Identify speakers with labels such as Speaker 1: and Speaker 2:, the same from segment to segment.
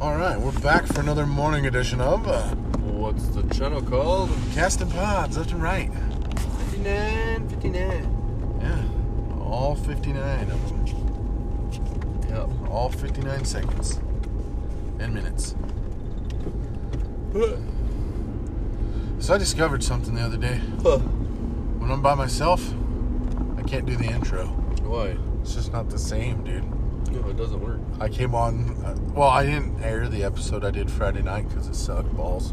Speaker 1: All right, we're back for another morning edition of uh,
Speaker 2: What's the channel called?
Speaker 1: Casting Pods, left and right.
Speaker 2: 59, 59.
Speaker 1: Yeah, all 59 of them.
Speaker 2: Yep.
Speaker 1: All 59 seconds and minutes. So I discovered something the other day. When I'm by myself, I can't do the intro.
Speaker 2: Why?
Speaker 1: It's just not the same, dude.
Speaker 2: No, it doesn't work.
Speaker 1: I came on. Uh, well, I didn't air the episode I did Friday night because it sucked balls.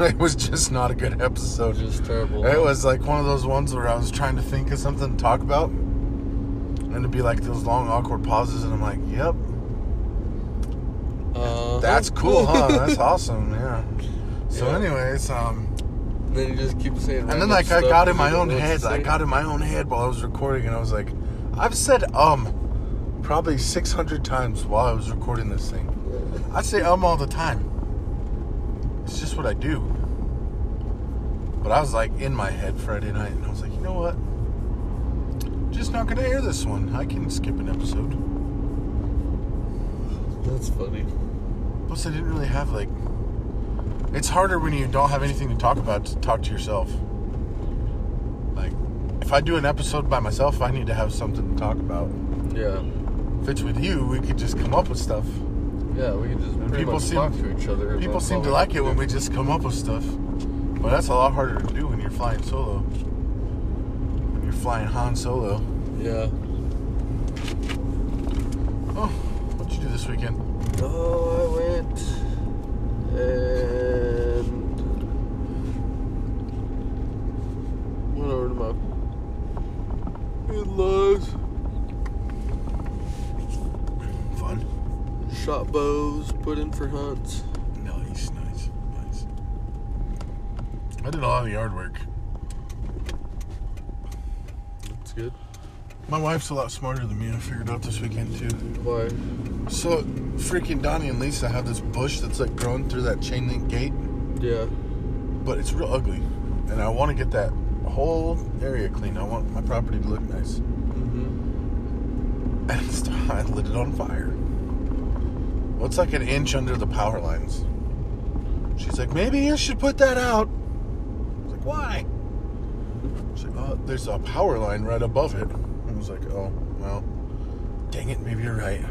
Speaker 1: it was just not a good episode.
Speaker 2: It's just terrible.
Speaker 1: It was like one of those ones where I was trying to think of something to talk about, and it'd be like those long, awkward pauses, and I'm like, "Yep,
Speaker 2: Uh-huh.
Speaker 1: that's cool, huh? That's awesome, yeah." So,
Speaker 2: Yeah.
Speaker 1: anyways, um,
Speaker 2: And then you just keep saying.
Speaker 1: and
Speaker 2: random
Speaker 1: then like I
Speaker 2: stuff
Speaker 1: got in
Speaker 2: you
Speaker 1: my
Speaker 2: don't
Speaker 1: own
Speaker 2: know what to
Speaker 1: head,
Speaker 2: say.
Speaker 1: I got in my own head while I was recording, and I was like, "I've said um, probably 600 times while I was recording this thing." I say um all the time. It's just what I do. But I was like in my head Friday night, and I was like, you know what? Just not gonna air this one. I can skip an episode.
Speaker 2: That's funny.
Speaker 1: Plus, I didn't really have like. It's harder when you don't have anything to talk about to talk to yourself. Like, if I do an episode by myself, I need to have something to talk about.
Speaker 2: Yeah.
Speaker 1: If it's with you, we could just come up with stuff.
Speaker 2: Yeah, we can just pretty
Speaker 1: people
Speaker 2: much
Speaker 1: seem-
Speaker 2: talk to each other.
Speaker 1: People
Speaker 2: about
Speaker 1: seem to
Speaker 2: all
Speaker 1: like it when we just come up with stuff, but that's a lot harder to do when you're flying solo. When you're flying Han Solo.
Speaker 2: Yeah.
Speaker 1: Oh, what'd you do this weekend?
Speaker 2: Oh, I went and went over to my in-laws,
Speaker 1: Fun.
Speaker 2: shot bows, put in for hunts.
Speaker 1: Nice, nice, nice. I did a lot of yard work.
Speaker 2: That's good.
Speaker 1: My wife's a lot smarter than me. I figured out this weekend too.
Speaker 2: Why?
Speaker 1: So, freaking Donnie and Lisa have this bush that's like growing through that chain link gate,
Speaker 2: Yeah.
Speaker 1: but it's real ugly. And I want to get that whole area clean. I want my property to look nice.
Speaker 2: Mm-hmm.
Speaker 1: and so I lit it on fire. What's like an inch under the power lines? She's like, maybe you should put that out. I was like, why? She's like, oh, there's a power line right above it. I was like, oh, well, dang it, maybe you're right.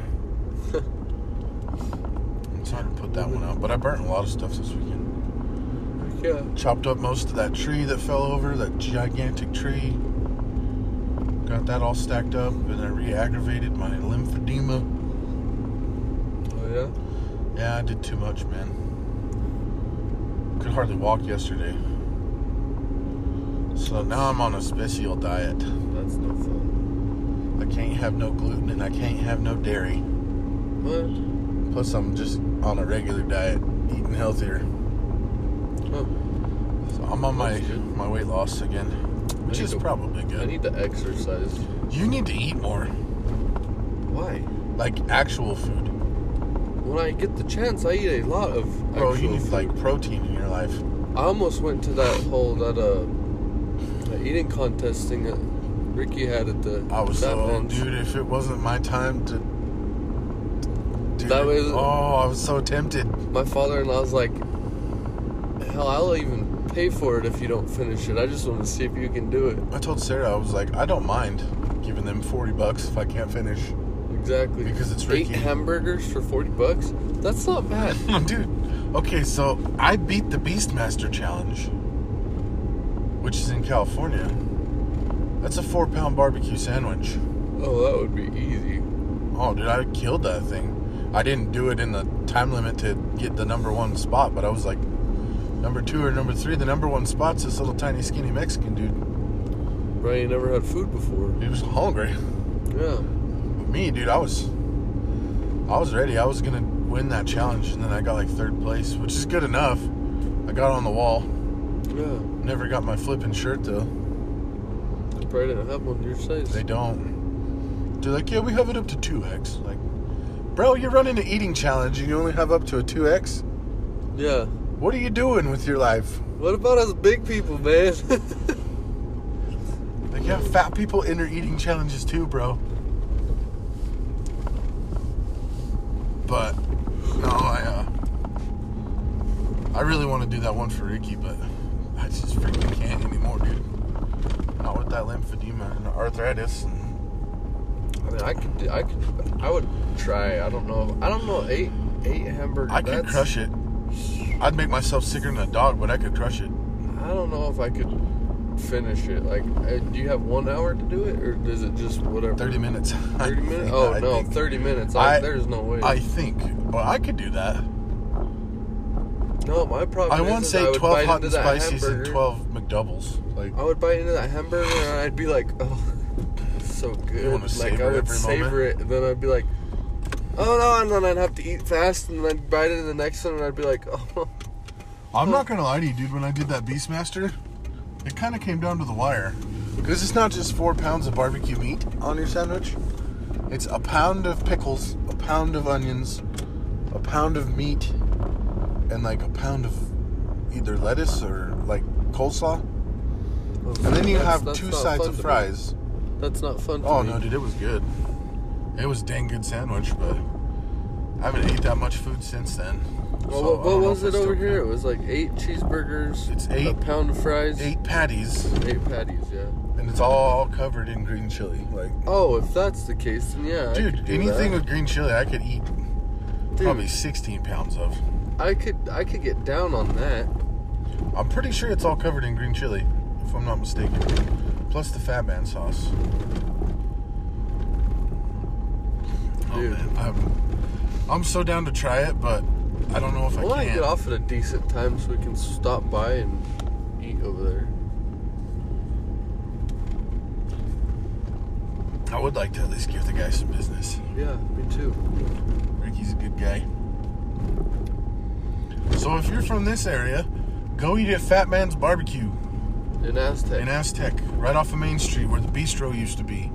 Speaker 1: I'm trying to put that one out, but I burnt a lot of stuff this weekend.
Speaker 2: Yeah.
Speaker 1: Chopped up most of that tree that fell over, that gigantic tree. Got that all stacked up, and I re aggravated my lymphedema.
Speaker 2: Oh yeah.
Speaker 1: Yeah, I did too much, man. Could hardly walk yesterday. So now I'm on a special diet.
Speaker 2: That's no fun.
Speaker 1: I can't have no gluten and I can't have no dairy.
Speaker 2: What?
Speaker 1: Plus, I'm just on a regular diet, eating healthier.
Speaker 2: Huh.
Speaker 1: So I'm on my
Speaker 2: That's good.
Speaker 1: my weight loss again, which
Speaker 2: need
Speaker 1: is
Speaker 2: to-
Speaker 1: probably
Speaker 2: I
Speaker 1: good.
Speaker 2: need to exercise.
Speaker 1: you need to eat more,
Speaker 2: Why?
Speaker 1: like actual food.
Speaker 2: When I get the chance, I eat a lot of.
Speaker 1: Bro, you
Speaker 2: actual
Speaker 1: need
Speaker 2: food.
Speaker 1: like protein in your life.
Speaker 2: I almost went to that whole that uh that eating contest thing that Ricky had at the
Speaker 1: I was
Speaker 2: that
Speaker 1: so
Speaker 2: man's-
Speaker 1: dude. If it wasn't my time to, dude,
Speaker 2: That was-
Speaker 1: oh, I was so tempted.
Speaker 2: My father-in-law's like, hell, I'll even pay for it if you don't finish it. I just want to see if you can do it.
Speaker 1: I told Sarah I was like, I don't mind giving them forty bucks if I can't finish.
Speaker 2: Exactly.
Speaker 1: Because it's Ricky.
Speaker 2: Eight hamburgers for forty bucks. That's not bad.
Speaker 1: Oh, Dude, okay, so I beat the Beastmaster challenge, which is in California. That's a four pound barbecue sandwich.
Speaker 2: oh, that would be easy.
Speaker 1: Oh, dude, I killed that thing. I didn't do it in the time limit to get the number one spot, but I was like number two or number three. The number one spot's this little tiny skinny Mexican dude.
Speaker 2: Brian never had food before.
Speaker 1: He was hungry.
Speaker 2: Yeah.
Speaker 1: But me, dude, I was I was ready. I was gonna win that challenge and then I got like third place, which is good enough. I got on the wall.
Speaker 2: Yeah.
Speaker 1: Never got my flipping shirt though.
Speaker 2: They probably didn't have one your size.
Speaker 1: They don't. They're like, yeah, we have it up to two X. Like, bro, you're running an eating challenge and you only have up to a two X?
Speaker 2: yeah.
Speaker 1: What are you doing with your life?
Speaker 2: What about us big people, man?
Speaker 1: Like, yeah, fat people enter eating challenges too, bro. But no, I uh, I really want to do that one for Ricky, but I just freaking can't anymore, dude. Not with that lymphedema and arthritis. And
Speaker 2: I mean, I could, do, I could, I would try. I don't know. I don't know. Eight, eight hamburgers.
Speaker 1: I could crush it. I'd make myself sicker than a dog, but I could crush it.
Speaker 2: I don't know if I could finish it. Like, uh, do you have one hour to do it, or does it just whatever?
Speaker 1: 30 minutes.
Speaker 2: 30 minutes?
Speaker 1: I
Speaker 2: Oh, no,
Speaker 1: think.
Speaker 2: 30 minutes. I,
Speaker 1: I-
Speaker 2: there's no way.
Speaker 1: I think, but I could do that.
Speaker 2: no, my problem
Speaker 1: I
Speaker 2: is
Speaker 1: won't
Speaker 2: is
Speaker 1: say
Speaker 2: would
Speaker 1: 12
Speaker 2: bite
Speaker 1: hot
Speaker 2: into
Speaker 1: and
Speaker 2: that
Speaker 1: spices and
Speaker 2: hamburger.
Speaker 1: 12 McDoubles. Like,
Speaker 2: I would bite into that hamburger and I'd be like, oh, it's so good.
Speaker 1: wanna
Speaker 2: like,
Speaker 1: savor
Speaker 2: I would
Speaker 1: every
Speaker 2: savor
Speaker 1: moment.
Speaker 2: it, and then I'd be like, oh no, and then I'd have to eat fast, and then I'd bite into the next one, and I'd be like, oh, no.
Speaker 1: I'm not gonna lie to you, dude. When I did that Beastmaster, it kind of came down to the wire. Because it's not just four pounds of barbecue meat on your sandwich. It's a pound of pickles, a pound of onions, a pound of meat, and like a pound of either lettuce or like coleslaw. And then you
Speaker 2: That's-
Speaker 1: have
Speaker 2: that's
Speaker 1: two
Speaker 2: not
Speaker 1: sides
Speaker 2: fun
Speaker 1: of
Speaker 2: to me.
Speaker 1: fries.
Speaker 2: That's not fun. To
Speaker 1: Oh
Speaker 2: me.
Speaker 1: no, dude, it was good. It was a dang good sandwich, but I haven't ate that much food since then. So, I
Speaker 2: Well, what
Speaker 1: don't
Speaker 2: what
Speaker 1: know
Speaker 2: was
Speaker 1: if I
Speaker 2: it over
Speaker 1: still
Speaker 2: here? It
Speaker 1: can.
Speaker 2: was like eight cheeseburgers.
Speaker 1: It's
Speaker 2: A
Speaker 1: eight-
Speaker 2: pound of fries.
Speaker 1: Eight patties.
Speaker 2: Eight patties. Yeah.
Speaker 1: and it's all covered in green chili. Like,
Speaker 2: Oh, if that's the case, then yeah. I could
Speaker 1: dude,
Speaker 2: do
Speaker 1: anything
Speaker 2: that.
Speaker 1: with green chili, I could eat
Speaker 2: Dude,
Speaker 1: probably 16 pounds of.
Speaker 2: I could I could get down on that.
Speaker 1: I'm pretty sure it's all covered in green chili, if I'm not mistaken. Plus the Fat Man sauce. Oh,
Speaker 2: Dude.
Speaker 1: man, I'm, I'm so down to try it, but I don't know if
Speaker 2: I
Speaker 1: I,
Speaker 2: want to
Speaker 1: can.
Speaker 2: get off at a decent time so we can stop by and eat over there.
Speaker 1: I would like to at least give the guy some business.
Speaker 2: Yeah, me too.
Speaker 1: Ricky's a good guy. So if you're from this area, go eat at Fat Man's Barbecue.
Speaker 2: In Aztec.
Speaker 1: in Aztec, right off of Main Street where the bistro used to be.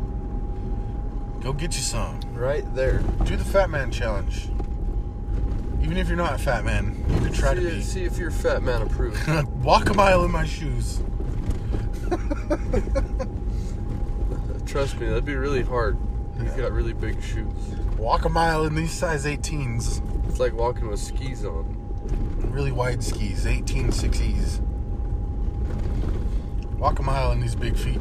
Speaker 1: Go get you some.
Speaker 2: right there.
Speaker 1: Do the Fat Man challenge. Even if you're not a fat man, you could try
Speaker 2: see,
Speaker 1: to
Speaker 2: see if your fat man approves.
Speaker 1: be. Walk a mile in my shoes.
Speaker 2: Trust me, that'd be really hard. He's
Speaker 1: Yeah.
Speaker 2: got really big shoes.
Speaker 1: Walk a mile in these size 18s.
Speaker 2: It's like walking with skis on.
Speaker 1: Really wide skis, 18 6Es. Walk a mile in these big feet.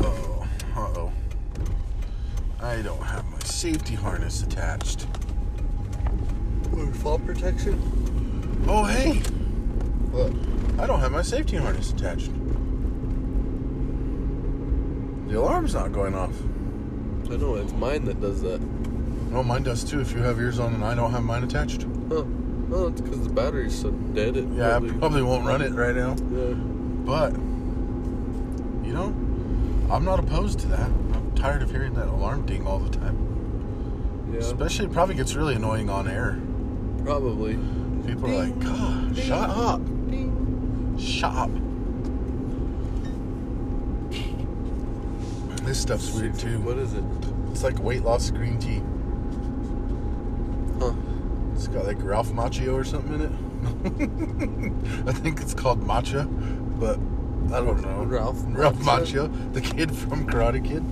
Speaker 1: oh, uh-oh. I don't have my safety harness attached.
Speaker 2: Or fall protection?
Speaker 1: Oh, hey,
Speaker 2: What?
Speaker 1: I don't have my safety harness attached. The alarm's not going off.
Speaker 2: I know, it's mine that does that.
Speaker 1: No, mine does too if you have yours on and I don't have mine attached.
Speaker 2: Huh. Well, it's because the battery's so dead. It
Speaker 1: Yeah, I
Speaker 2: probably-
Speaker 1: probably won't run it right now.
Speaker 2: Yeah.
Speaker 1: But, you know, I'm not opposed to that. I'm tired of hearing that alarm ding all the time.
Speaker 2: yeah,
Speaker 1: Especially, it probably gets really annoying on air.
Speaker 2: probably. Oh
Speaker 1: People are like, God, shut up. Shut up. This stuff's weird too.
Speaker 2: What is it?
Speaker 1: It's like weight loss green tea.
Speaker 2: Huh.
Speaker 1: It's got like Ralph Macchio or something in it. I think it's called matcha, but I don't know.
Speaker 2: Ralph
Speaker 1: Ralph
Speaker 2: Macchio?
Speaker 1: Macchio, the kid from Karate Kid.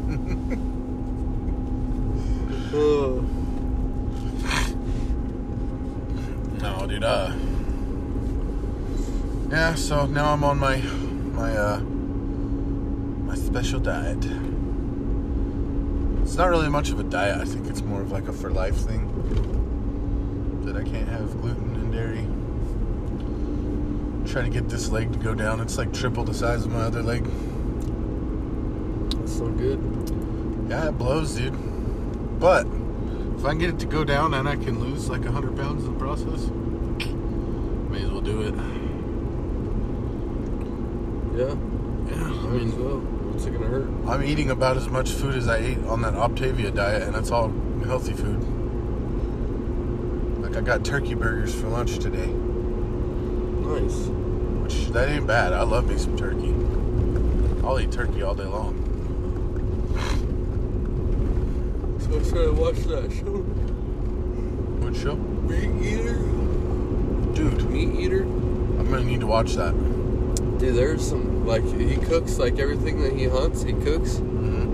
Speaker 2: Uh,
Speaker 1: no, dude. Uh. Yeah. So now I'm on my my uh my special diet. It's not really much of a diet. I think it's more of like a for life thing. That I can't have gluten and dairy. Trying to get this leg to go down. It's like triple the size of my other leg.
Speaker 2: that's so good.
Speaker 1: Yeah, it blows, dude. But if I can get it to go down and I can lose like 100 pounds in the process, may as well do it.
Speaker 2: Yeah.
Speaker 1: Yeah, I
Speaker 2: I mean,
Speaker 1: mean,
Speaker 2: well, what's it gonna hurt?
Speaker 1: I'm eating about as much food as I ate on that Optavia diet, and it's all healthy food. Like, I got turkey burgers for lunch today,
Speaker 2: Nice.
Speaker 1: which that ain't bad. I love me some turkey. I'll eat turkey all day long.
Speaker 2: So I started watching that show,
Speaker 1: What show?
Speaker 2: Meat Eater.
Speaker 1: Dude,
Speaker 2: Meat Eater.
Speaker 1: I'm gonna need to watch that.
Speaker 2: Dude, there's some like he cooks like everything that he hunts. He cooks
Speaker 1: Mhm.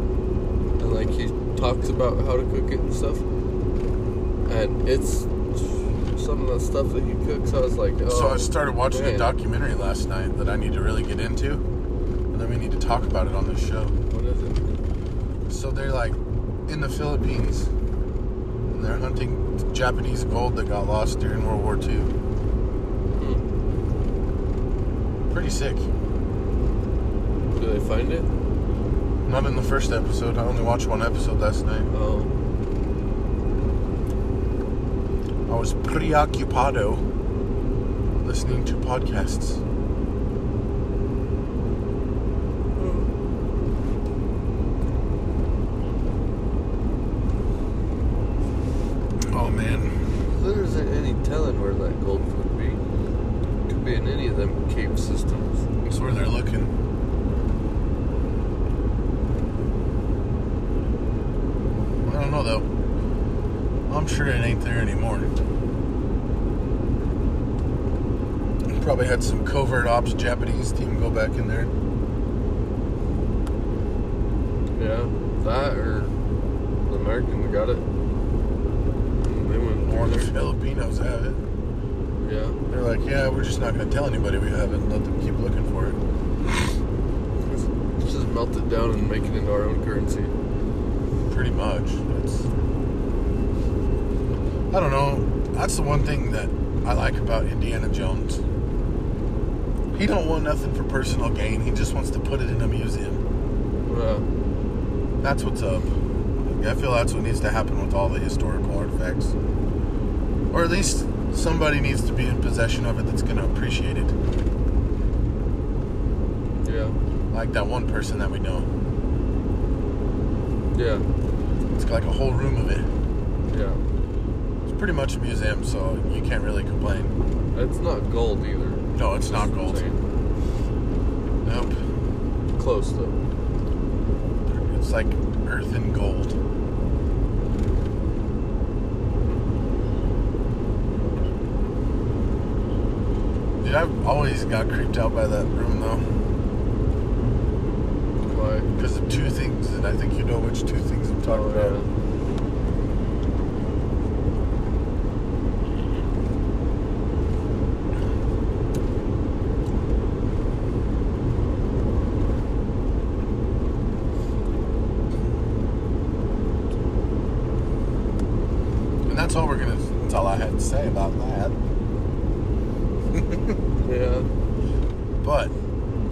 Speaker 2: and like he talks about how to cook it and stuff. and it's some of the stuff that he cooks. I was like, oh,
Speaker 1: so I started watching a
Speaker 2: man,
Speaker 1: documentary last night that I need to really get into, and then we need to talk about it on this show.
Speaker 2: What is it?
Speaker 1: So they're like in the Philippines, and they're hunting Japanese gold that got lost during World War II.
Speaker 2: Hmm.
Speaker 1: Pretty sick.
Speaker 2: Do they find it?
Speaker 1: Not in the first episode. I only watched one episode last night.
Speaker 2: Oh,
Speaker 1: I was preoccupado listening to podcasts.
Speaker 2: Hmm.
Speaker 1: Oh man.
Speaker 2: there isn't any telling where that gold could be. Could be in any of them cave systems.
Speaker 1: That's where they're looking. I don't know though. I'm sure it ain't there anymore. Probably had some covert ops Japanese team go back in there.
Speaker 2: Yeah, that or the American got it. Hmm, They went
Speaker 1: Or the
Speaker 2: through there.
Speaker 1: Filipinos have it.
Speaker 2: Yeah.
Speaker 1: They're like, yeah, we're just not gonna tell anybody we have it and let them keep looking for it.
Speaker 2: Let's Just melt it down and make it into our own currency.
Speaker 1: Pretty much. It's I don't know. That's the one thing that I like about Indiana Jones. He don't want nothing for personal gain. He just wants to put it in a museum.
Speaker 2: Yeah.
Speaker 1: That's what's up. I feel that's what needs to happen with all the historical artifacts. Or at least somebody needs to be in possession of it that's gonna appreciate it.
Speaker 2: Yeah.
Speaker 1: Like that one person that we know.
Speaker 2: Yeah.
Speaker 1: It's like a whole room of it.
Speaker 2: Yeah.
Speaker 1: It's pretty much a museum, so you can't really complain.
Speaker 2: It's not gold either.
Speaker 1: No, it's not gold.
Speaker 2: Saying.
Speaker 1: Nope.
Speaker 2: Close though.
Speaker 1: It's like earth and gold. Dude, I've always got creeped out by that room though,
Speaker 2: Why?
Speaker 1: because of two things, and I think you know which two things I'm talking about.
Speaker 2: yeah.
Speaker 1: And that's all we're gonna. That's all I had to say about that.
Speaker 2: Yeah.
Speaker 1: But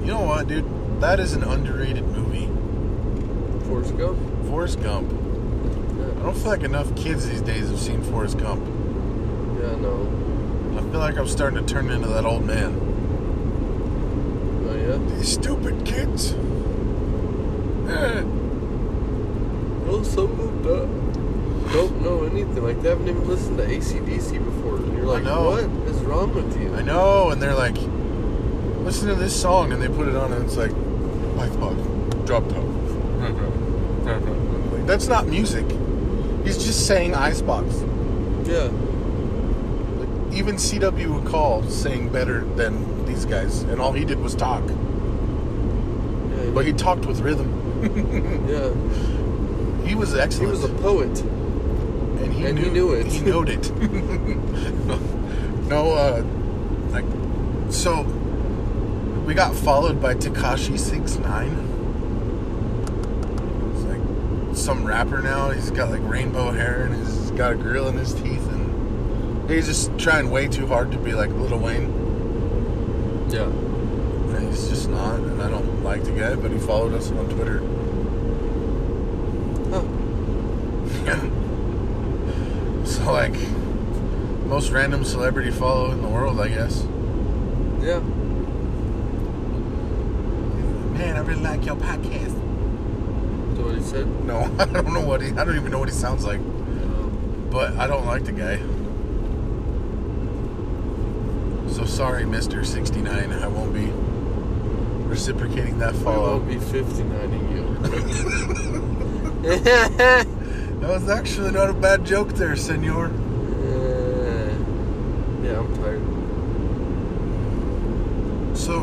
Speaker 1: you know what, dude? That is an underrated movie.
Speaker 2: Forrest Gump.
Speaker 1: Forrest Gump. I
Speaker 2: Yeah.
Speaker 1: don't feel like enough kids these days have seen Forrest Gump.
Speaker 2: Yeah. No.
Speaker 1: I feel like I'm starting to turn into that old man.
Speaker 2: Oh yeah.
Speaker 1: These stupid kids. Eh.
Speaker 2: Well, some of them don't- don't know anything. Like they haven't even listened to ACDC before, and you're like,
Speaker 1: know.
Speaker 2: what is wrong with you?
Speaker 1: I know, and they're like, listen to this song, and they put it on, and it's like, life bug, drop top. Like, That's not music. He's just saying icebox.
Speaker 2: Yeah.
Speaker 1: Like, even CW Call sang better than these guys, and all he did was talk.
Speaker 2: Yeah.
Speaker 1: But he talked with rhythm.
Speaker 2: yeah.
Speaker 1: He was
Speaker 2: He
Speaker 1: excellent.
Speaker 2: was a poet.
Speaker 1: and he,
Speaker 2: and
Speaker 1: knew,
Speaker 2: he knew it.
Speaker 1: He knowed it. no, uh, like, so we got followed by Takashi Six Nine. It's like some rapper now. He's got like rainbow hair and he's got a grill in his teeth, and he's just trying way too hard to be like Lil Wayne,
Speaker 2: Yeah.
Speaker 1: and he's just not. And I don't like the guy, but he followed us on Twitter.
Speaker 2: Huh.
Speaker 1: so like, most random celebrity follow in the world, I guess.
Speaker 2: Yeah.
Speaker 1: Man, I really like your podcast.
Speaker 2: That's what he said.
Speaker 1: No, I don't know what he. I don't even know what he sounds like.
Speaker 2: Um,
Speaker 1: But I don't like the guy. So sorry, Mister Sixty Nine. I won't be reciprocating that
Speaker 2: we
Speaker 1: follow.
Speaker 2: won't be 59ing you.
Speaker 1: That was actually not a bad joke there, Senor.
Speaker 2: Uh, yeah, I'm tired.
Speaker 1: So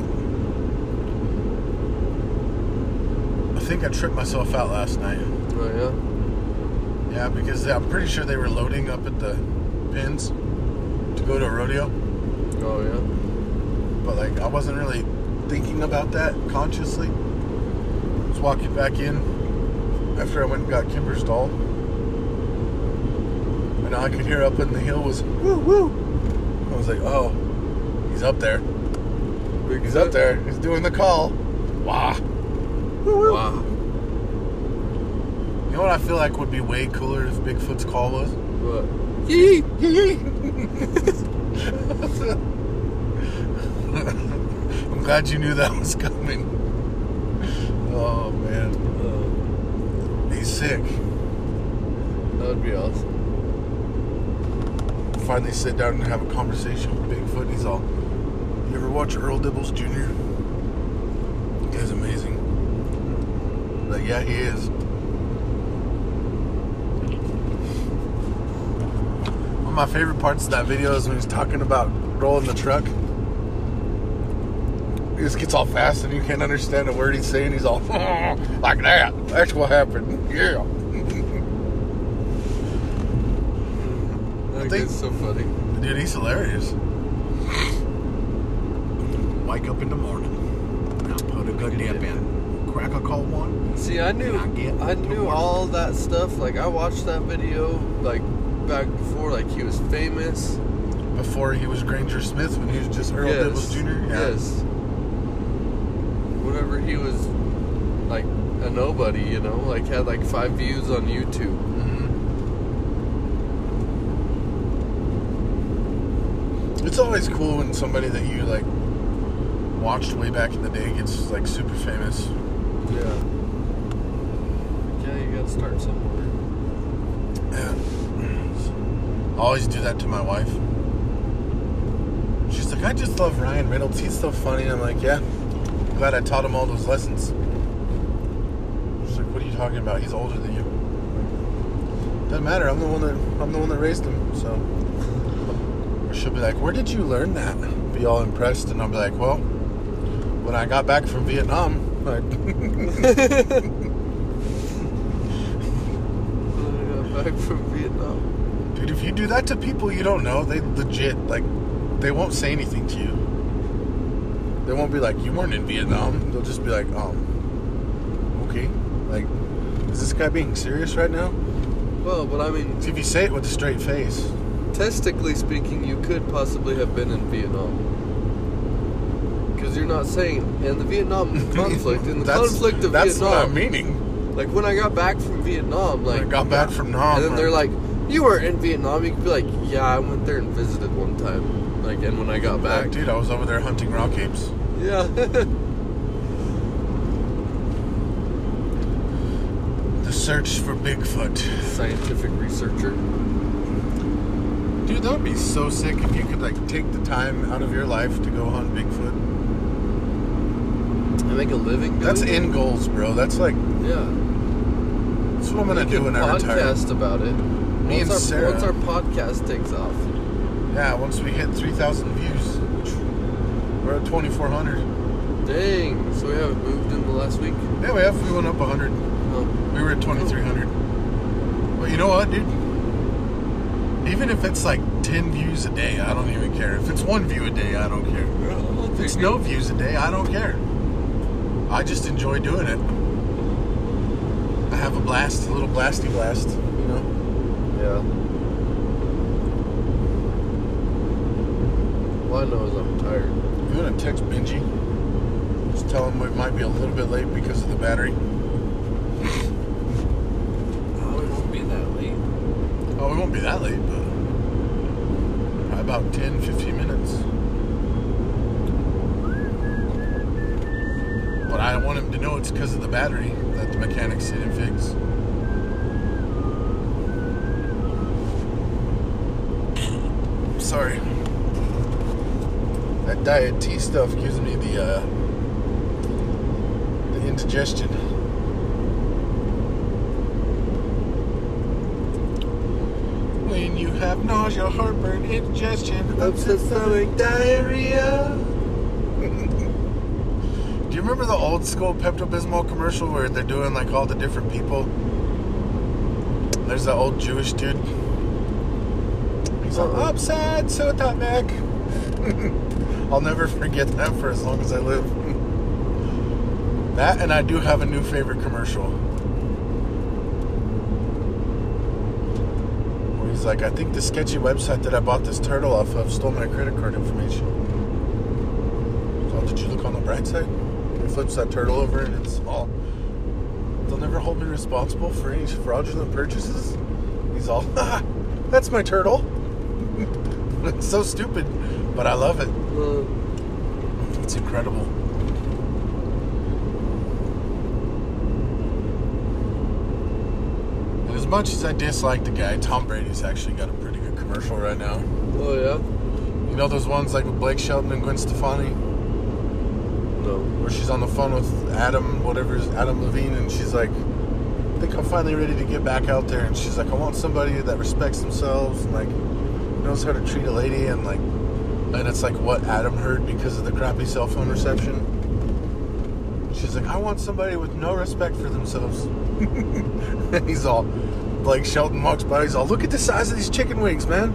Speaker 1: I think I tripped myself out last night.
Speaker 2: Oh yeah.
Speaker 1: Yeah, because I'm pretty sure they were loading up at the pins to go to a rodeo,
Speaker 2: Oh yeah.
Speaker 1: but like I wasn't really thinking about that consciously. I was walking back in after I went and got Kimber's doll, and all I could hear up in the hill was woo woo. I was like, oh, he's up there.
Speaker 2: Big
Speaker 1: He's up there. He's doing the call. Wah. Woo-woo.
Speaker 2: Wow.
Speaker 1: You know what I feel like would be way cooler if Bigfoot's call was?
Speaker 2: What?
Speaker 1: Yee yee. I'm glad you knew that was coming. Oh man,
Speaker 2: Uh,
Speaker 1: he's sick.
Speaker 2: that would be awesome.
Speaker 1: Finally, sit down and have a conversation with Bigfoot. And he's all, "You ever watch Earl Dibbles Jr.? The guy's amazing." I'm Like, yeah, he is. One of my favorite parts of that video is when he's talking about rolling the truck. He just gets all fast and you can't understand a word he's saying. He's all like that. That's what happened. Yeah.
Speaker 2: That
Speaker 1: think-
Speaker 2: guy's so funny.
Speaker 1: Dude, he's hilarious. Wake up in the morning. Now put a good dip in. Crack a cold one.
Speaker 2: See, I knew,
Speaker 1: I get
Speaker 2: I
Speaker 1: to
Speaker 2: knew
Speaker 1: work.
Speaker 2: all that stuff. Like, I watched that video like back before, like he was famous.
Speaker 1: Before he was Granger Smith, when he was just Earl Dibbles Jr. Yeah.
Speaker 2: Yes. Whenever he was like a nobody, you know, like had like five views on YouTube.
Speaker 1: Mhm. It's always cool when somebody that you like watched way back in the day gets like super famous.
Speaker 2: Yeah. yeah, you gotta start somewhere.
Speaker 1: Yeah. I always do that to my wife. She's like, I just love Ryan Reynolds. He's so funny. And I'm like, yeah. Glad I taught him all those lessons. She's like, what are you talking about? He's older than you. Doesn't matter. I'm the one that I'm the one that raised him. So Or she'll be like, where did you learn that? Be all impressed, and I'll be like, well, when I got back from Vietnam, like,
Speaker 2: When I got back from Vietnam.
Speaker 1: dude, if you do that to people you don't know, they legit like, they won't say anything to you. They won't be like, you weren't in Vietnam. They'll just be like, um, okay, like, is this guy being serious right now?
Speaker 2: Well, but I mean,
Speaker 1: See, if you say it with a straight face,
Speaker 2: Testically speaking, you could possibly have been in Vietnam. Because you're not saying, in the Vietnam conflict, in the
Speaker 1: That's-
Speaker 2: conflict of
Speaker 1: that's
Speaker 2: Vietnam.
Speaker 1: what I'm meaning.
Speaker 2: Like when I got back from Vietnam, like,
Speaker 1: When I got back from Nam.
Speaker 2: and then they're like, you were in Vietnam. You could be like, yeah, I went there and visited one time. Like, and when I got back,
Speaker 1: dude, I was over there hunting rock apes.
Speaker 2: yeah,
Speaker 1: The search for Bigfoot.
Speaker 2: scientific researcher.
Speaker 1: Dude, that would be so sick if you could like take the time out of your life to go hunt Bigfoot.
Speaker 2: I make a living.
Speaker 1: That's
Speaker 2: doing
Speaker 1: end goals, bro. That's like
Speaker 2: it. Yeah,
Speaker 1: that's what I'm gonna do when I retire.
Speaker 2: podcast about it.
Speaker 1: Me and
Speaker 2: once our,
Speaker 1: Sarah.
Speaker 2: Once our podcast takes off,
Speaker 1: Yeah, once we hit 3,000 views, which we're at 2,400.
Speaker 2: dang. So we haven't moved in the last week.
Speaker 1: Yeah, we have. We went up 100.
Speaker 2: Oh.
Speaker 1: We were at 2,300. But you know what, dude? Even if it's like 10 views a day, I don't even care. If it's one view a day, I don't care. If it's no views a day, I don't care. I just enjoy doing it. I have a blast, a little blasty blast, you know?
Speaker 2: Yeah. All I know is I'm tired.
Speaker 1: I'm gonna text Benji. Just tell him we might be a little bit late because of the battery.
Speaker 2: Oh, it won't be that late.
Speaker 1: Oh, we won't be that late, but probably about 10, 15 minutes. But I want him to know it's because of the battery that the mechanics didn't fix. Sorry. That diet tea stuff gives me the uh, the indigestion. When you have nausea, heartburn, indigestion, upset stomach, diarrhea. Do you remember the old school Pepto Bismol commercial where they're doing like all the different people? There's that old Jewish dude. He's
Speaker 2: Uh-uh.
Speaker 1: like, upside so that neck. I'll never forget that for as long as I live. that and I do have a new favorite commercial. Where he's like, I think the sketchy website that I bought this turtle off of stole my credit card information. Oh, did you look on the bright side? He flips that turtle over and it's small. They'll never hold me responsible for any fraudulent purchases. He's all, "Ah, that's my turtle. it's so stupid, but I love it.
Speaker 2: Uh,
Speaker 1: It's incredible. And as much as I dislike the guy, Tom Brady's actually got a pretty good commercial right now.
Speaker 2: oh
Speaker 1: You know those ones like with Blake Shelton and Gwen Stefani?
Speaker 2: yeah. No.
Speaker 1: where she's on the phone with Adam, whatever, his- Adam Levine, and she's like, I think I'm finally ready to get back out there. And she's like, I want somebody that respects themselves and like knows how to treat a lady. And like, and it's like what Adam heard because of the crappy cell phone reception. She's like, I want somebody with no respect for themselves. and he's all, like, Sheldon walks by, he's all, look at the size of these chicken wings, man.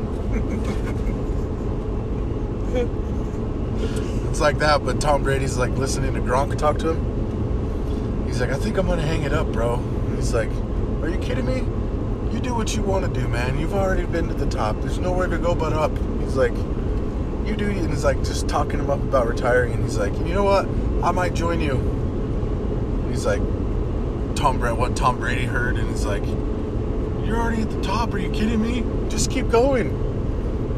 Speaker 1: It's like that, but Tom Brady's like listening to Gronk talk to him. He's like, I think I'm gonna hang it up, bro. And he's like, Are you kidding me? You do what you want to do, man. You've already been to the top. There's nowhere to go but up. He's like, You do, and he's like just talking him up about retiring. And he's like, You know what? I might join you. And he's like, Tom Brady, what Tom Brady heard, and he's like, You're already at the top. Are you kidding me? Just keep going.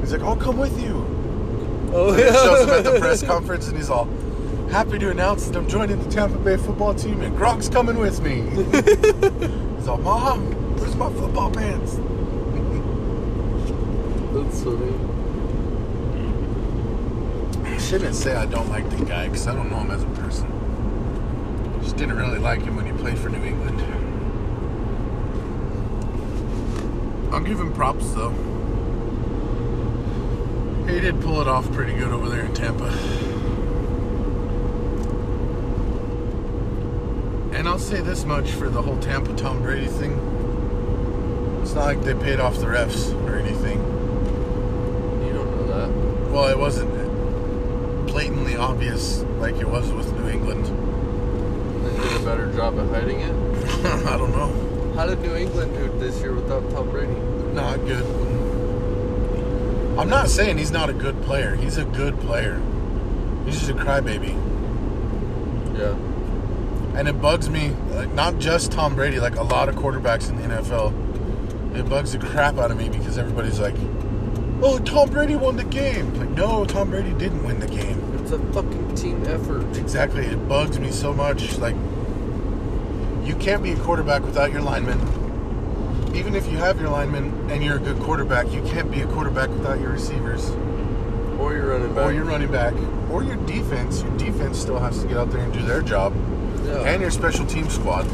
Speaker 1: He's like, I'll come with you.
Speaker 2: Oh
Speaker 1: And
Speaker 2: yeah.
Speaker 1: it shows him at the press conference, and he's all happy to announce that I'm joining the Tampa Bay football team, and Gronk's coming with me. he's all, Mom, where's my football pants?
Speaker 2: That's funny.
Speaker 1: I shouldn't say I don't like the guy because I don't know him as a person. Just didn't really like him when he played for New England. I'll give him props though. He did pull it off pretty good over there in Tampa. And I'll say this much for the whole Tampa Tom Brady thing. It's not like they paid off the refs or anything.
Speaker 2: You don't know that.
Speaker 1: Well, it wasn't blatantly obvious like it was with New England.
Speaker 2: They did a better job at hiding it.
Speaker 1: I don't know.
Speaker 2: How did New England do this year without Tom Brady?
Speaker 1: Not good. I'm not saying he's not a good player. He's a good player. He's just a crybaby.
Speaker 2: Yeah.
Speaker 1: And it bugs me, like, not just Tom Brady, like a lot of quarterbacks in the NFL. It bugs the crap out of me because everybody's like, oh, Tom Brady won the game. Like, no, Tom Brady didn't win the game.
Speaker 2: It's a fucking team effort.
Speaker 1: Exactly. It bugs me so much. Like, you can't be a quarterback without your linemen. Even if you have your linemen and you're a good quarterback, you can't be a quarterback without your receivers
Speaker 2: Or you're running back.
Speaker 1: or your running back or your defense. Your defense still has to get out there and do their job
Speaker 2: Yeah.
Speaker 1: and your special team squad.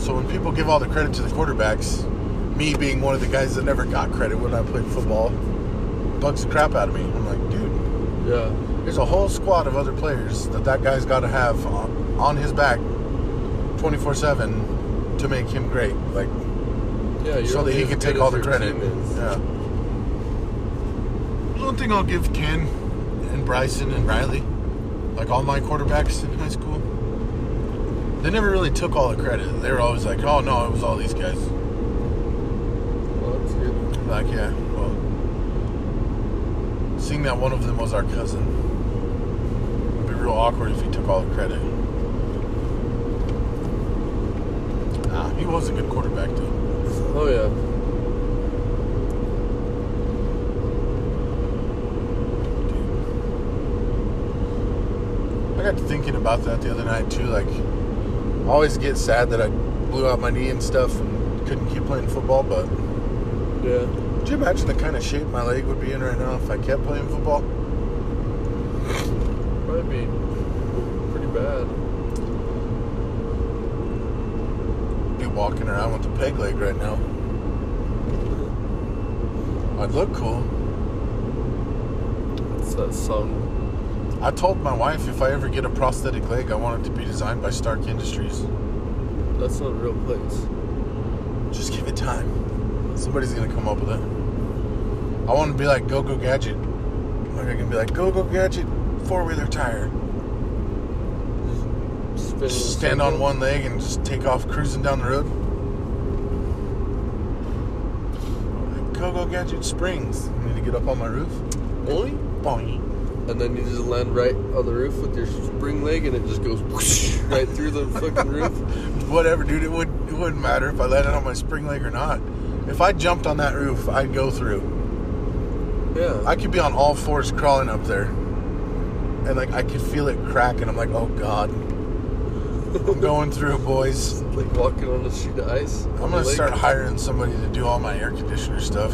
Speaker 1: So when people give all the credit to the quarterbacks, me being one of the guys that never got credit when I played football, bugs the crap out of me. I'm like, dude,
Speaker 2: yeah.
Speaker 1: there's a whole squad of other players that that guy's got to have on, on his back 24-7 to make him great like
Speaker 2: Yeah. You're
Speaker 1: so that
Speaker 2: only
Speaker 1: he
Speaker 2: as
Speaker 1: can
Speaker 2: good
Speaker 1: take
Speaker 2: as
Speaker 1: all the
Speaker 2: your
Speaker 1: credit
Speaker 2: team is.
Speaker 1: yeah one thing i'll give ken and bryson and riley like all my quarterbacks in high school they never really took all the credit they were always like oh no it was all these guys
Speaker 2: Well, that's good.
Speaker 1: like yeah well seeing that one of them was our cousin it'd be real awkward if he took all the credit nah Ah, he was a good quarterback though
Speaker 2: Oh yeah.
Speaker 1: i got to thinking about that the other night too like i always get sad that i blew out my knee and stuff and couldn't keep playing football but
Speaker 2: Yeah.
Speaker 1: Could you imagine the kind of shape my leg would be in right now if I kept playing football?
Speaker 2: Probably be pretty bad.
Speaker 1: Be walking around with a peg leg right now. I'd look cool.
Speaker 2: It's that song.
Speaker 1: I told my wife if I ever get a prosthetic leg, I want it to be designed by Stark Industries.
Speaker 2: That's not a real place.
Speaker 1: Just give it time. Somebody's gonna come up with it. I want to be like Go Go Gadget. Like I can be like Go Go Gadget, four wheeler tire.
Speaker 2: Spin in a
Speaker 1: Just stand on
Speaker 2: circle.
Speaker 1: one leg and just take off cruising down the road. Like, Go Go Gadget Springs. I need to get up on my roof.
Speaker 2: Boing.
Speaker 1: Boing.
Speaker 2: And then you just land right on the roof with your spring leg, and it just goes whoosh right through the fucking roof.
Speaker 1: Whatever, dude. It would it wouldn't matter if I landed on my spring leg or not. If I jumped on that roof, I'd go through.
Speaker 2: Yeah.
Speaker 1: I could be on all fours crawling up there. And like I could feel it crack and I'm like, oh god. I'm going through boys.
Speaker 2: like walking on a sheet of ice.
Speaker 1: I'm gonna start hiring somebody to do all my air conditioner stuff.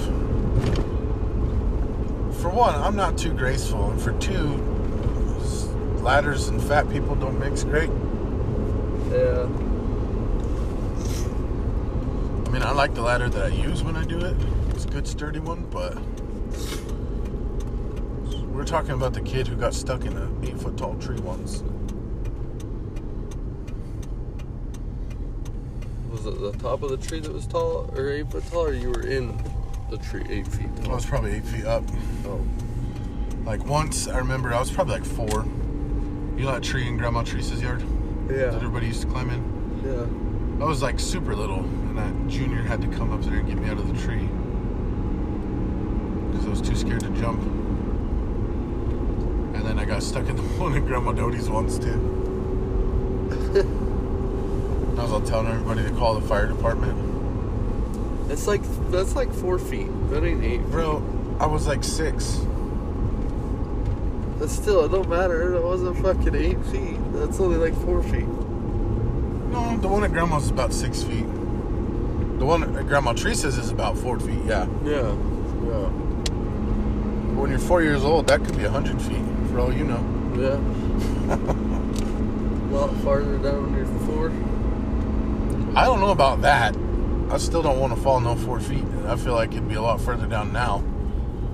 Speaker 1: For one, I'm not too graceful, and for two, s- ladders and fat people don't mix great.
Speaker 2: Yeah.
Speaker 1: I mean, I like the ladder that I use when I do it. It's a good sturdy one, but we're talking about the kid who got stuck in an eight foot tall tree once.
Speaker 2: Was it the top of the tree that was tall, or eight foot tall, or you were in the tree eight feet
Speaker 1: I
Speaker 2: tall?
Speaker 1: was probably eight feet up.
Speaker 2: Oh.
Speaker 1: Like once, I remember I was probably like four. You know that tree in Grandma Teresa's yard that
Speaker 2: Yeah.
Speaker 1: everybody used to climb in?
Speaker 2: Yeah.
Speaker 1: I was like super little, and that junior had to come up there and get me out of the tree because I was too scared to jump. And then I got stuck in the one in Grandma Doty's once too. I was all telling everybody to call the fire department.
Speaker 2: It's like that's like four feet. That ain't eight.
Speaker 1: Bro, I was like six.
Speaker 2: But still, it don't matter. It wasn't fucking eight feet. That's only like four feet.
Speaker 1: No, the one at Grandma's is about six feet. The one at Grandma Teresa's is about four feet, yeah.
Speaker 2: Yeah. Yeah.
Speaker 1: When you're four years old, that could be 100 feet, for all you know.
Speaker 2: Yeah. A lot farther down your floor.
Speaker 1: I don't know about that. I still don't want to fall no four feet. I feel like it'd be a lot further down now.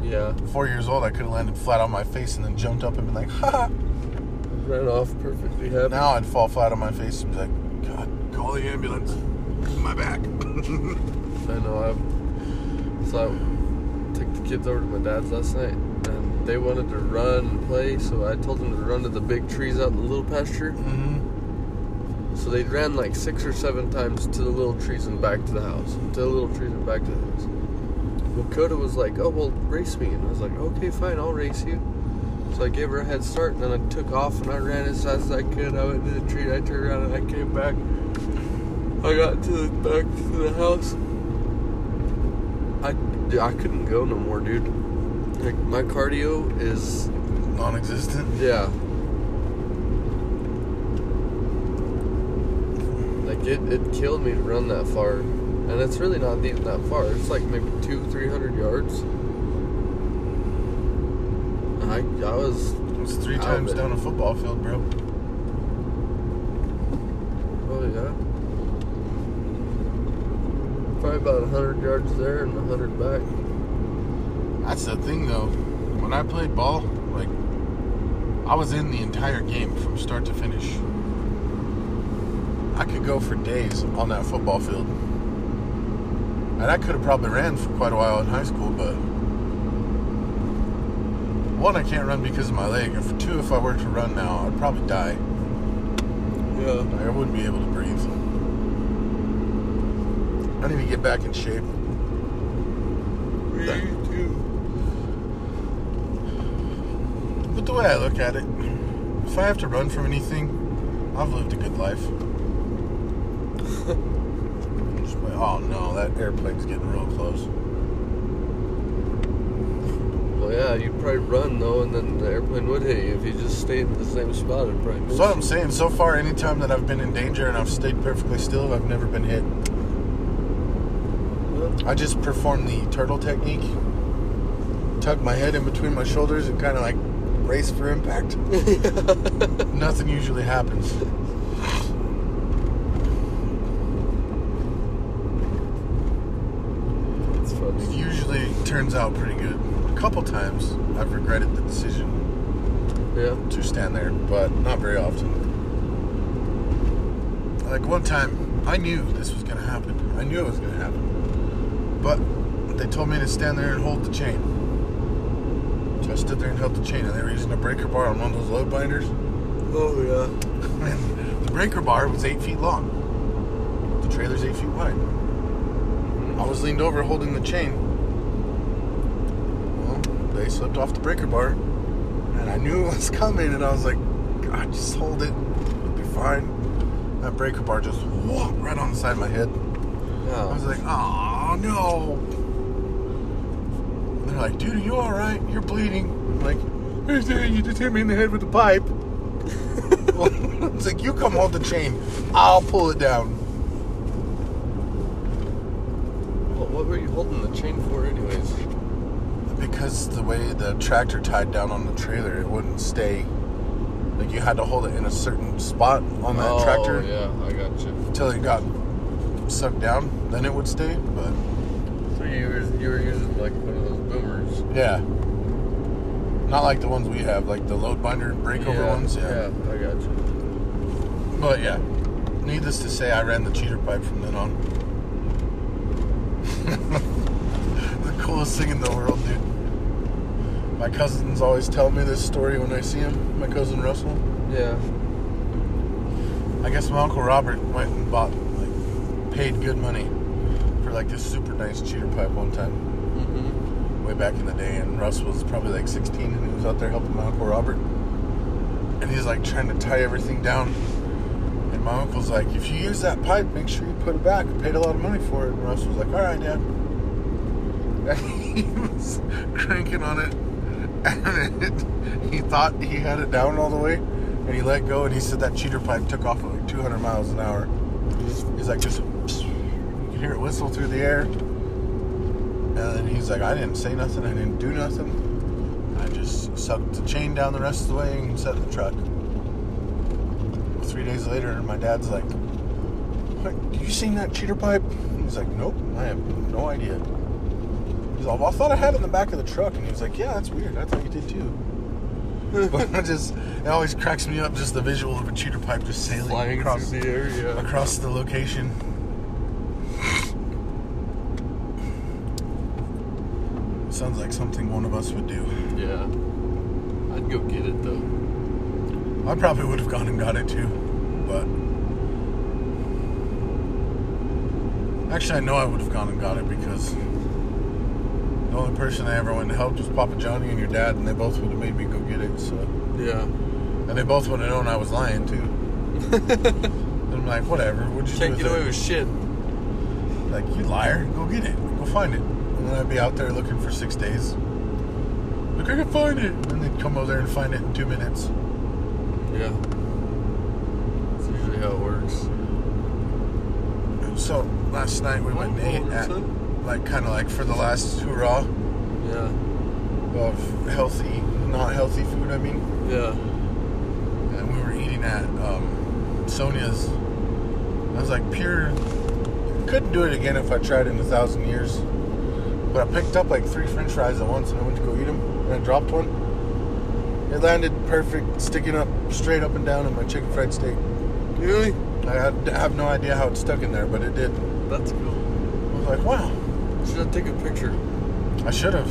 Speaker 2: Yeah.
Speaker 1: Four years old, I could have landed flat on my face and then jumped up and been like, ha!
Speaker 2: Ran off perfectly happy.
Speaker 1: Now I'd fall flat on my face and be like, God, call the ambulance. My back.
Speaker 2: I know. I'm, so I took the kids over to my dad's last night, and they wanted to run and play. So I told them to run to the big trees out in the little pasture.
Speaker 1: Mhm.
Speaker 2: So they ran like six or seven times to the little trees and back to the house. To the little trees and back to the house. Lakota was like, "Oh well, race me," and I was like, "Okay, fine, I'll race you." So I gave her a head start, and then I took off and I ran as fast as I could. I went to the tree, I turned around, and I came back. I got to the back to the house. I I couldn't go no more, dude. Like my cardio is
Speaker 1: Non existent.
Speaker 2: yeah. Like it, it killed me to run that far. And it's really not even that far. It's like maybe two, three hundred yards. I I was
Speaker 1: It's three times
Speaker 2: Albert.
Speaker 1: down a football field, bro.
Speaker 2: oh yeah. Probably about hundred yards there and hundred back.
Speaker 1: That's the thing though. When I played ball, like I was in the entire game from start to finish. I could go for days on that football field. And I could have probably ran for quite a while in high school, but one, I can't run because of my leg, and for two, if I were to run now, I'd probably die.
Speaker 2: Yeah.
Speaker 1: Like, I wouldn't be able to breathe. I need to get back in shape.
Speaker 2: Me too.
Speaker 1: But the way I look at it, if I have to run from anything, I've lived a good life. I'm just like, oh no, that airplane's getting real close.
Speaker 2: Well yeah, you'd probably run though and then the airplane would hit you if you just stayed in the same spot it'd probably miss
Speaker 1: So what
Speaker 2: you.
Speaker 1: I'm saying, so far, anytime that I've been in danger and I've stayed perfectly still, I've never been hit.
Speaker 2: Yeah.
Speaker 1: I just perform the turtle technique, tuck my head in between my shoulders, and kind of like race for impact. Nothing usually happens.
Speaker 2: It's funny.
Speaker 1: It usually turns out pretty good. A couple times, I've regretted the decision.
Speaker 2: Yeah.
Speaker 1: to stand there, but not very often. Like one time, I knew this was gonna happen. I knew it was gonna happen. But they told me to stand there and hold the chain. So I stood there and held the chain, and they were using a breaker bar on one of those load binders.
Speaker 2: Oh yeah.
Speaker 1: And the breaker bar was eight feet long. The trailer's eight feet wide. I was leaned over holding the chain. Well, they slipped off the breaker bar, and I knew it was coming, and I was like, God, just hold it. It'll be fine. That breaker bar just whoop right on the side of my head.
Speaker 2: Yeah.
Speaker 1: I was like, oh no. And they're like, dude, are you alright? You're bleeding. I'm like, "Hey, dude, you just hit me in the head with a pipe. it's like, you come hold the chain. I'll pull it down.
Speaker 2: What, what were you holding the chain for, anyways?
Speaker 1: Because the way the tractor tied down on the trailer, it wouldn't stay. Like, you had to hold it in a certain spot on that
Speaker 2: oh,
Speaker 1: tractor
Speaker 2: Yeah, I got you.
Speaker 1: until it got sucked down. Then it would stay. But,
Speaker 2: So you were, you were using like one of those boomers.
Speaker 1: yeah. Not like the ones we have, like the load binder and breakover
Speaker 2: yeah,
Speaker 1: ones.
Speaker 2: yeah, I got you.
Speaker 1: But yeah, needless to say, I ran the cheater pipe from then on. the coolest thing in the world, dude. My cousins always tell me this story when I see him. My cousin Russell.
Speaker 2: Yeah.
Speaker 1: I guess my uncle Robert went and bought, like, paid good money for like this super nice cheater pipe one time,
Speaker 2: Mm-hmm.
Speaker 1: way back in the day. And Russ was probably like 16, and he was out there helping my uncle Robert. And he's like trying to tie everything down. And my uncle's like, if you use that pipe, make sure you put it back. I paid a lot of money for it. And Russ was like, all right, Dad. And he was cranking on it. And it, he thought he had it down all the way. And he let go. And he said that cheater pipe took off at like 200 miles an hour. He's like, just, you can hear it whistle through the air. And then he's like, I didn't say nothing. I didn't do nothing. I just sucked the chain down the rest of the way and set the truck three days later, and my dad's like, "What? You seen that cheater pipe?" He's like, "Nope, I have no idea." He's like, "Well, I thought I had it in the back of the truck," and he was like, "Yeah, that's weird. I thought you did too." but I just, it always cracks me up just the visual of a cheater pipe just sailing
Speaker 2: Flying
Speaker 1: across
Speaker 2: through the air, yeah.
Speaker 1: across the location. Sounds like something one of us would do.
Speaker 2: Yeah. I'd go get it though.
Speaker 1: I probably would have gone and got it too, but actually, I know I would have gone and got it because the only person I ever went to help was Papa Johnny and your dad, and they both would have made me go get it. So,
Speaker 2: Yeah.
Speaker 1: and they both would have known I was lying too. and I'm like, whatever. What'd you
Speaker 2: Can't
Speaker 1: do
Speaker 2: get
Speaker 1: with
Speaker 2: away
Speaker 1: it?
Speaker 2: with shit.
Speaker 1: Like, you liar. Go get it. Go find it. And then I'd be out there looking for six days. Like, I can find it. And they'd come over there and find it in two minutes.
Speaker 2: Yeah. That's usually how it works.
Speaker 1: So last night we went and ate at like kind of like for the last hurrah
Speaker 2: Yeah.
Speaker 1: of healthy, not healthy food. I mean,
Speaker 2: Yeah.
Speaker 1: and we were eating at um, Sonia's. I was like pure. Couldn't do it again if I tried in a thousand years. But I picked up like three French fries at once, and I went to go eat them, and I dropped one. It landed perfect, sticking up straight up and down in my chicken fried steak.
Speaker 2: Really?
Speaker 1: I had- I have no idea how it stuck in there, but it did.
Speaker 2: That's cool.
Speaker 1: I was like, wow,
Speaker 2: Should I take a picture?
Speaker 1: I should have.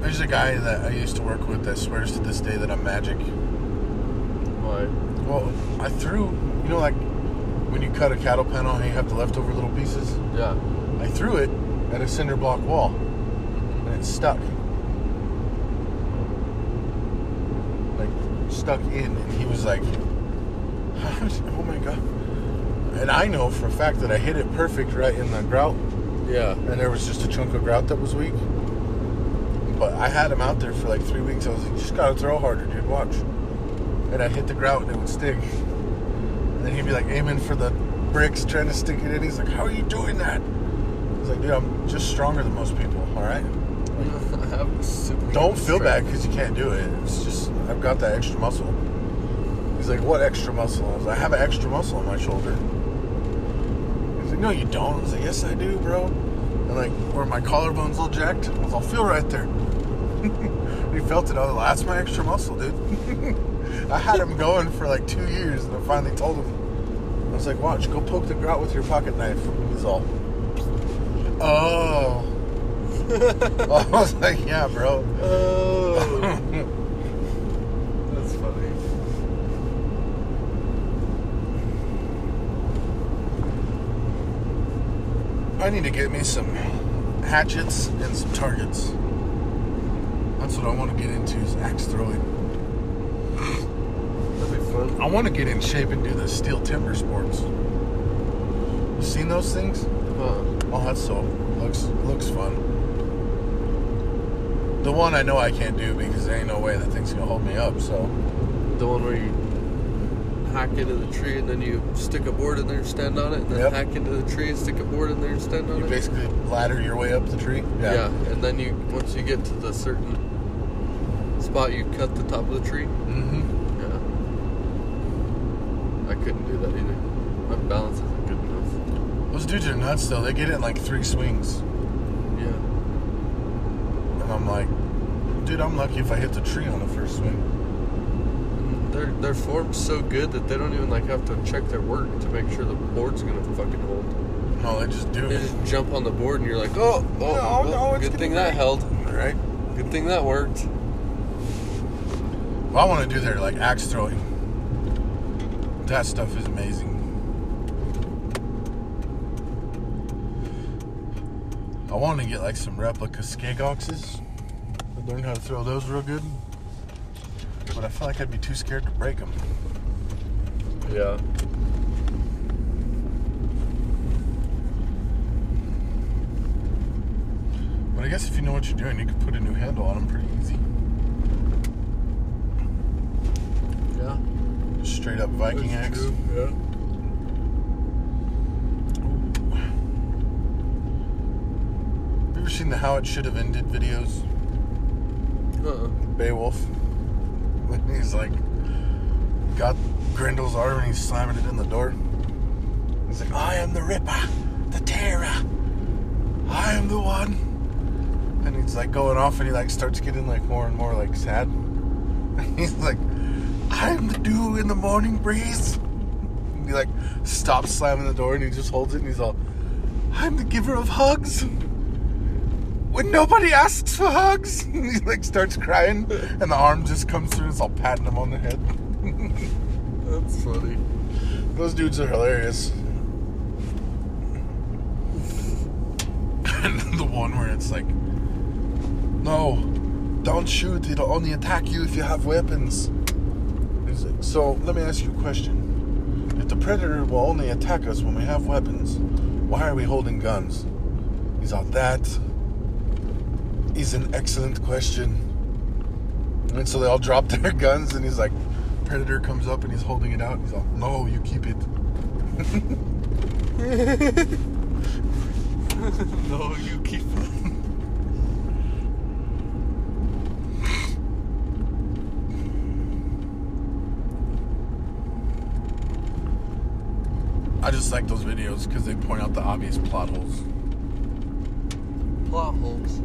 Speaker 1: There's a guy that I used to work with that swears to this day that I'm magic.
Speaker 2: Why?
Speaker 1: Well, I threw, you know, like when you cut a cattle panel and you have the leftover little pieces?
Speaker 2: Yeah.
Speaker 1: I threw it at a cinder block wall and it stuck. Like, stuck in. And he was like, How did- oh my God. And I know for a fact that I hit it perfect right in the grout.
Speaker 2: Yeah.
Speaker 1: And there was just a chunk of grout that was weak. But I had him out there for like three weeks. I was like, "You just gotta throw harder, dude. Watch. And I hit the grout and it would stick. And then he'd be like aiming for the bricks, trying to stick it in. He's like, how are you doing that? I was like, dude, I'm just stronger than most people, all right?
Speaker 2: I have super
Speaker 1: Don't feel bad because you can't do it. It's just, I've got that extra muscle. He's like, what extra muscle? I was like, I have an extra muscle on my shoulder. He's like, no, you don't. I was like, yes, I do, bro. And like, where my collarbone's all jacked, I was all feel right there. You felt it. Oh, that's my extra muscle, dude. I had him going for like two years, and I finally told him. I was like, "Watch, go poke the grout with your pocket knife." He's all, "Oh." I was like, "Yeah, bro."
Speaker 2: Oh, that's funny.
Speaker 1: I need to get me some hatchets and some targets. That's what I want to get into is axe throwing.
Speaker 2: That'd be fun.
Speaker 1: I want to get in shape and do the steel timber sports. You seen those things?
Speaker 2: Huh.
Speaker 1: Oh, that's so looks looks fun. The one I know I can't do because there ain't no way that thing's gonna hold me up. So
Speaker 2: The one where you hack into the tree and then you stick a board in there and stand on it, and then
Speaker 1: Yep.
Speaker 2: hack into the tree and stick a board in there and stand on
Speaker 1: you
Speaker 2: it.
Speaker 1: basically ladder your way up the tree.
Speaker 2: yeah. and then you once you get to the certain spot, you cut the top of the tree.
Speaker 1: Mm-hmm.
Speaker 2: Yeah. I couldn't do that either. My balance isn't good enough.
Speaker 1: Those dudes are nuts though. They get it in like three swings,
Speaker 2: Yeah.
Speaker 1: and I'm like, dude, I'm lucky if I hit the tree on the first swing.
Speaker 2: And their their form's so good that they don't even like have to check their work to make sure the board's gonna fucking hold.
Speaker 1: No, they just do
Speaker 2: They
Speaker 1: it.
Speaker 2: just jump on the board and you're like, oh, oh,
Speaker 1: No,
Speaker 2: oh,
Speaker 1: no, it's
Speaker 2: good
Speaker 1: gonna
Speaker 2: thing
Speaker 1: be
Speaker 2: that
Speaker 1: great."
Speaker 2: held.
Speaker 1: Right?
Speaker 2: Good thing that worked.
Speaker 1: Well, I want to do their like axe throwing. That stuff is amazing. I want to get like some replica skagoxes. I learned how to throw those real good, but I feel like I'd be too scared to break them.
Speaker 2: Yeah.
Speaker 1: But I guess if you know what you're doing, you could put a new handle on them pretty easy.
Speaker 2: Yeah.
Speaker 1: Just straight up Viking
Speaker 2: That's
Speaker 1: axe.
Speaker 2: true, Yeah.
Speaker 1: Have you ever seen the how it should have ended videos?
Speaker 2: Uh-uh.
Speaker 1: Beowulf. When he's like, got Grendel's arm and he's slamming it in the door. He's like, I am the Ripper, the Terror. I am the one. And he's like going off and he like starts getting like more and more like sad. And he's like, I am the dew in the morning breeze. And he like stops slamming the door and he just holds it and he's all, I'm the giver of hugs when nobody asks for hugs. And he like starts crying, and the arm just comes through. And it's all patting him on the head.
Speaker 2: That's funny.
Speaker 1: Those dudes are hilarious. and the one where it's like, no, don't shoot. It'll only attack you if you have weapons. He's like, so let me ask you a question. If the predator will only attack us when we have weapons, why are we holding guns? He's like, that is an excellent question. And so they all drop their guns, and he's like, Predator comes up and he's holding it out. And he's like, No, you keep it.
Speaker 2: no, you keep
Speaker 1: I just like those videos because they point out the obvious plot holes.
Speaker 2: plot holes.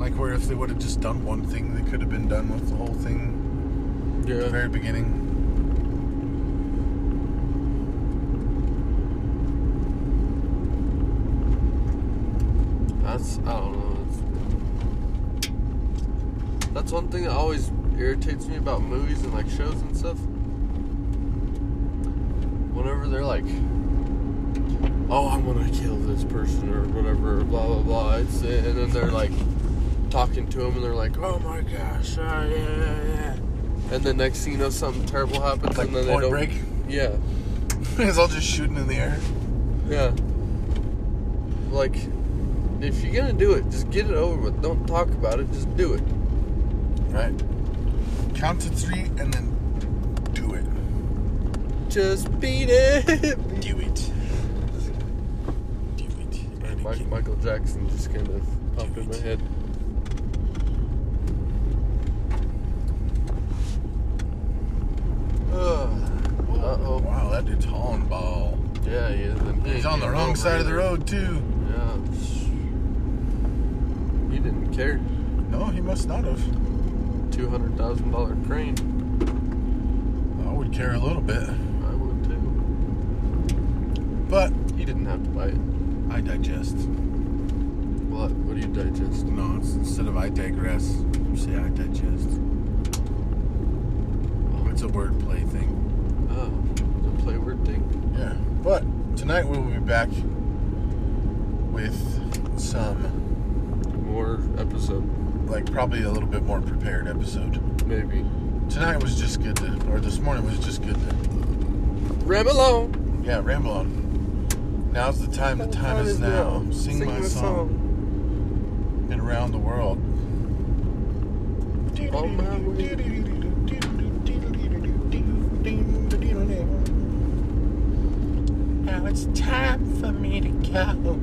Speaker 1: Like, where if they would have just done one thing, they could have been done with the whole thing at the
Speaker 2: Yeah.
Speaker 1: very beginning.
Speaker 2: That's I don't know. That's, that's one thing that always irritates me about movies and like shows and stuff. Whenever they're like, "Oh, I'm gonna kill this person" or whatever, blah blah blah. It's and then they're like talking to him and they're like, "Oh my gosh, ah, yeah, yeah, yeah." And the next thing you know, something terrible happens,
Speaker 1: Like
Speaker 2: and then they
Speaker 1: Point
Speaker 2: don't.
Speaker 1: Break.
Speaker 2: Yeah.
Speaker 1: it's all just shooting in the air.
Speaker 2: Yeah. Like, if you're gonna do it, just get it over with. Don't talk about it. Just do it.
Speaker 1: Right. Count to three and then do it.
Speaker 2: Just beat it.
Speaker 1: Do it. Do it. And
Speaker 2: Mike, Michael Jackson just kind of popped in my head. Uh oh.
Speaker 1: Wow, that dude's hauling ball.
Speaker 2: Yeah, he is. And he
Speaker 1: He's
Speaker 2: ain't
Speaker 1: on the
Speaker 2: getting
Speaker 1: wrong
Speaker 2: over
Speaker 1: side of the
Speaker 2: either.
Speaker 1: road, too.
Speaker 2: Yeah. He didn't care.
Speaker 1: No, he must not have.
Speaker 2: two hundred thousand dollar crane.
Speaker 1: I would care a little bit,
Speaker 2: I would too.
Speaker 1: but
Speaker 2: He didn't have to buy it.
Speaker 1: I digest.
Speaker 2: What? What do you digest?
Speaker 1: No, it's instead of I digress, you say I digest. Oh, It's a wordplay thing.
Speaker 2: Oh, the play word thing.
Speaker 1: Yeah. But tonight we will be back with some,
Speaker 2: More episode,
Speaker 1: like, probably a little bit more prepared episode.
Speaker 2: maybe.
Speaker 1: Tonight was just good to, or this morning was just good to,
Speaker 2: Ram along.
Speaker 1: yeah, ramble on. Now's the time, the time is now. Sing, my song. And around the world.
Speaker 2: On my
Speaker 1: Now it's time for me to go.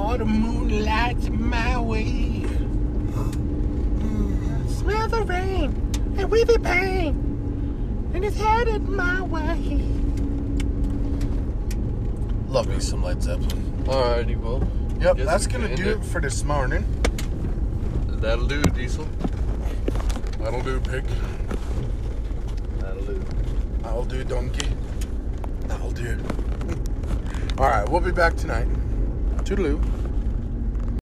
Speaker 1: All the moonlight's my way. Mm, Smell the rain and we be pain, and it's headed my way. Love me some Led Zeppelin.
Speaker 2: Alrighty, well.
Speaker 1: Yep,
Speaker 2: guess
Speaker 1: that's
Speaker 2: we
Speaker 1: gonna
Speaker 2: can
Speaker 1: do it
Speaker 2: end
Speaker 1: for this morning.
Speaker 2: it. That'll do, Diesel.
Speaker 1: That'll do, pig.
Speaker 2: That'll do.
Speaker 1: That'll do, donkey. That'll do. All right, we'll be back tonight. Toodaloo.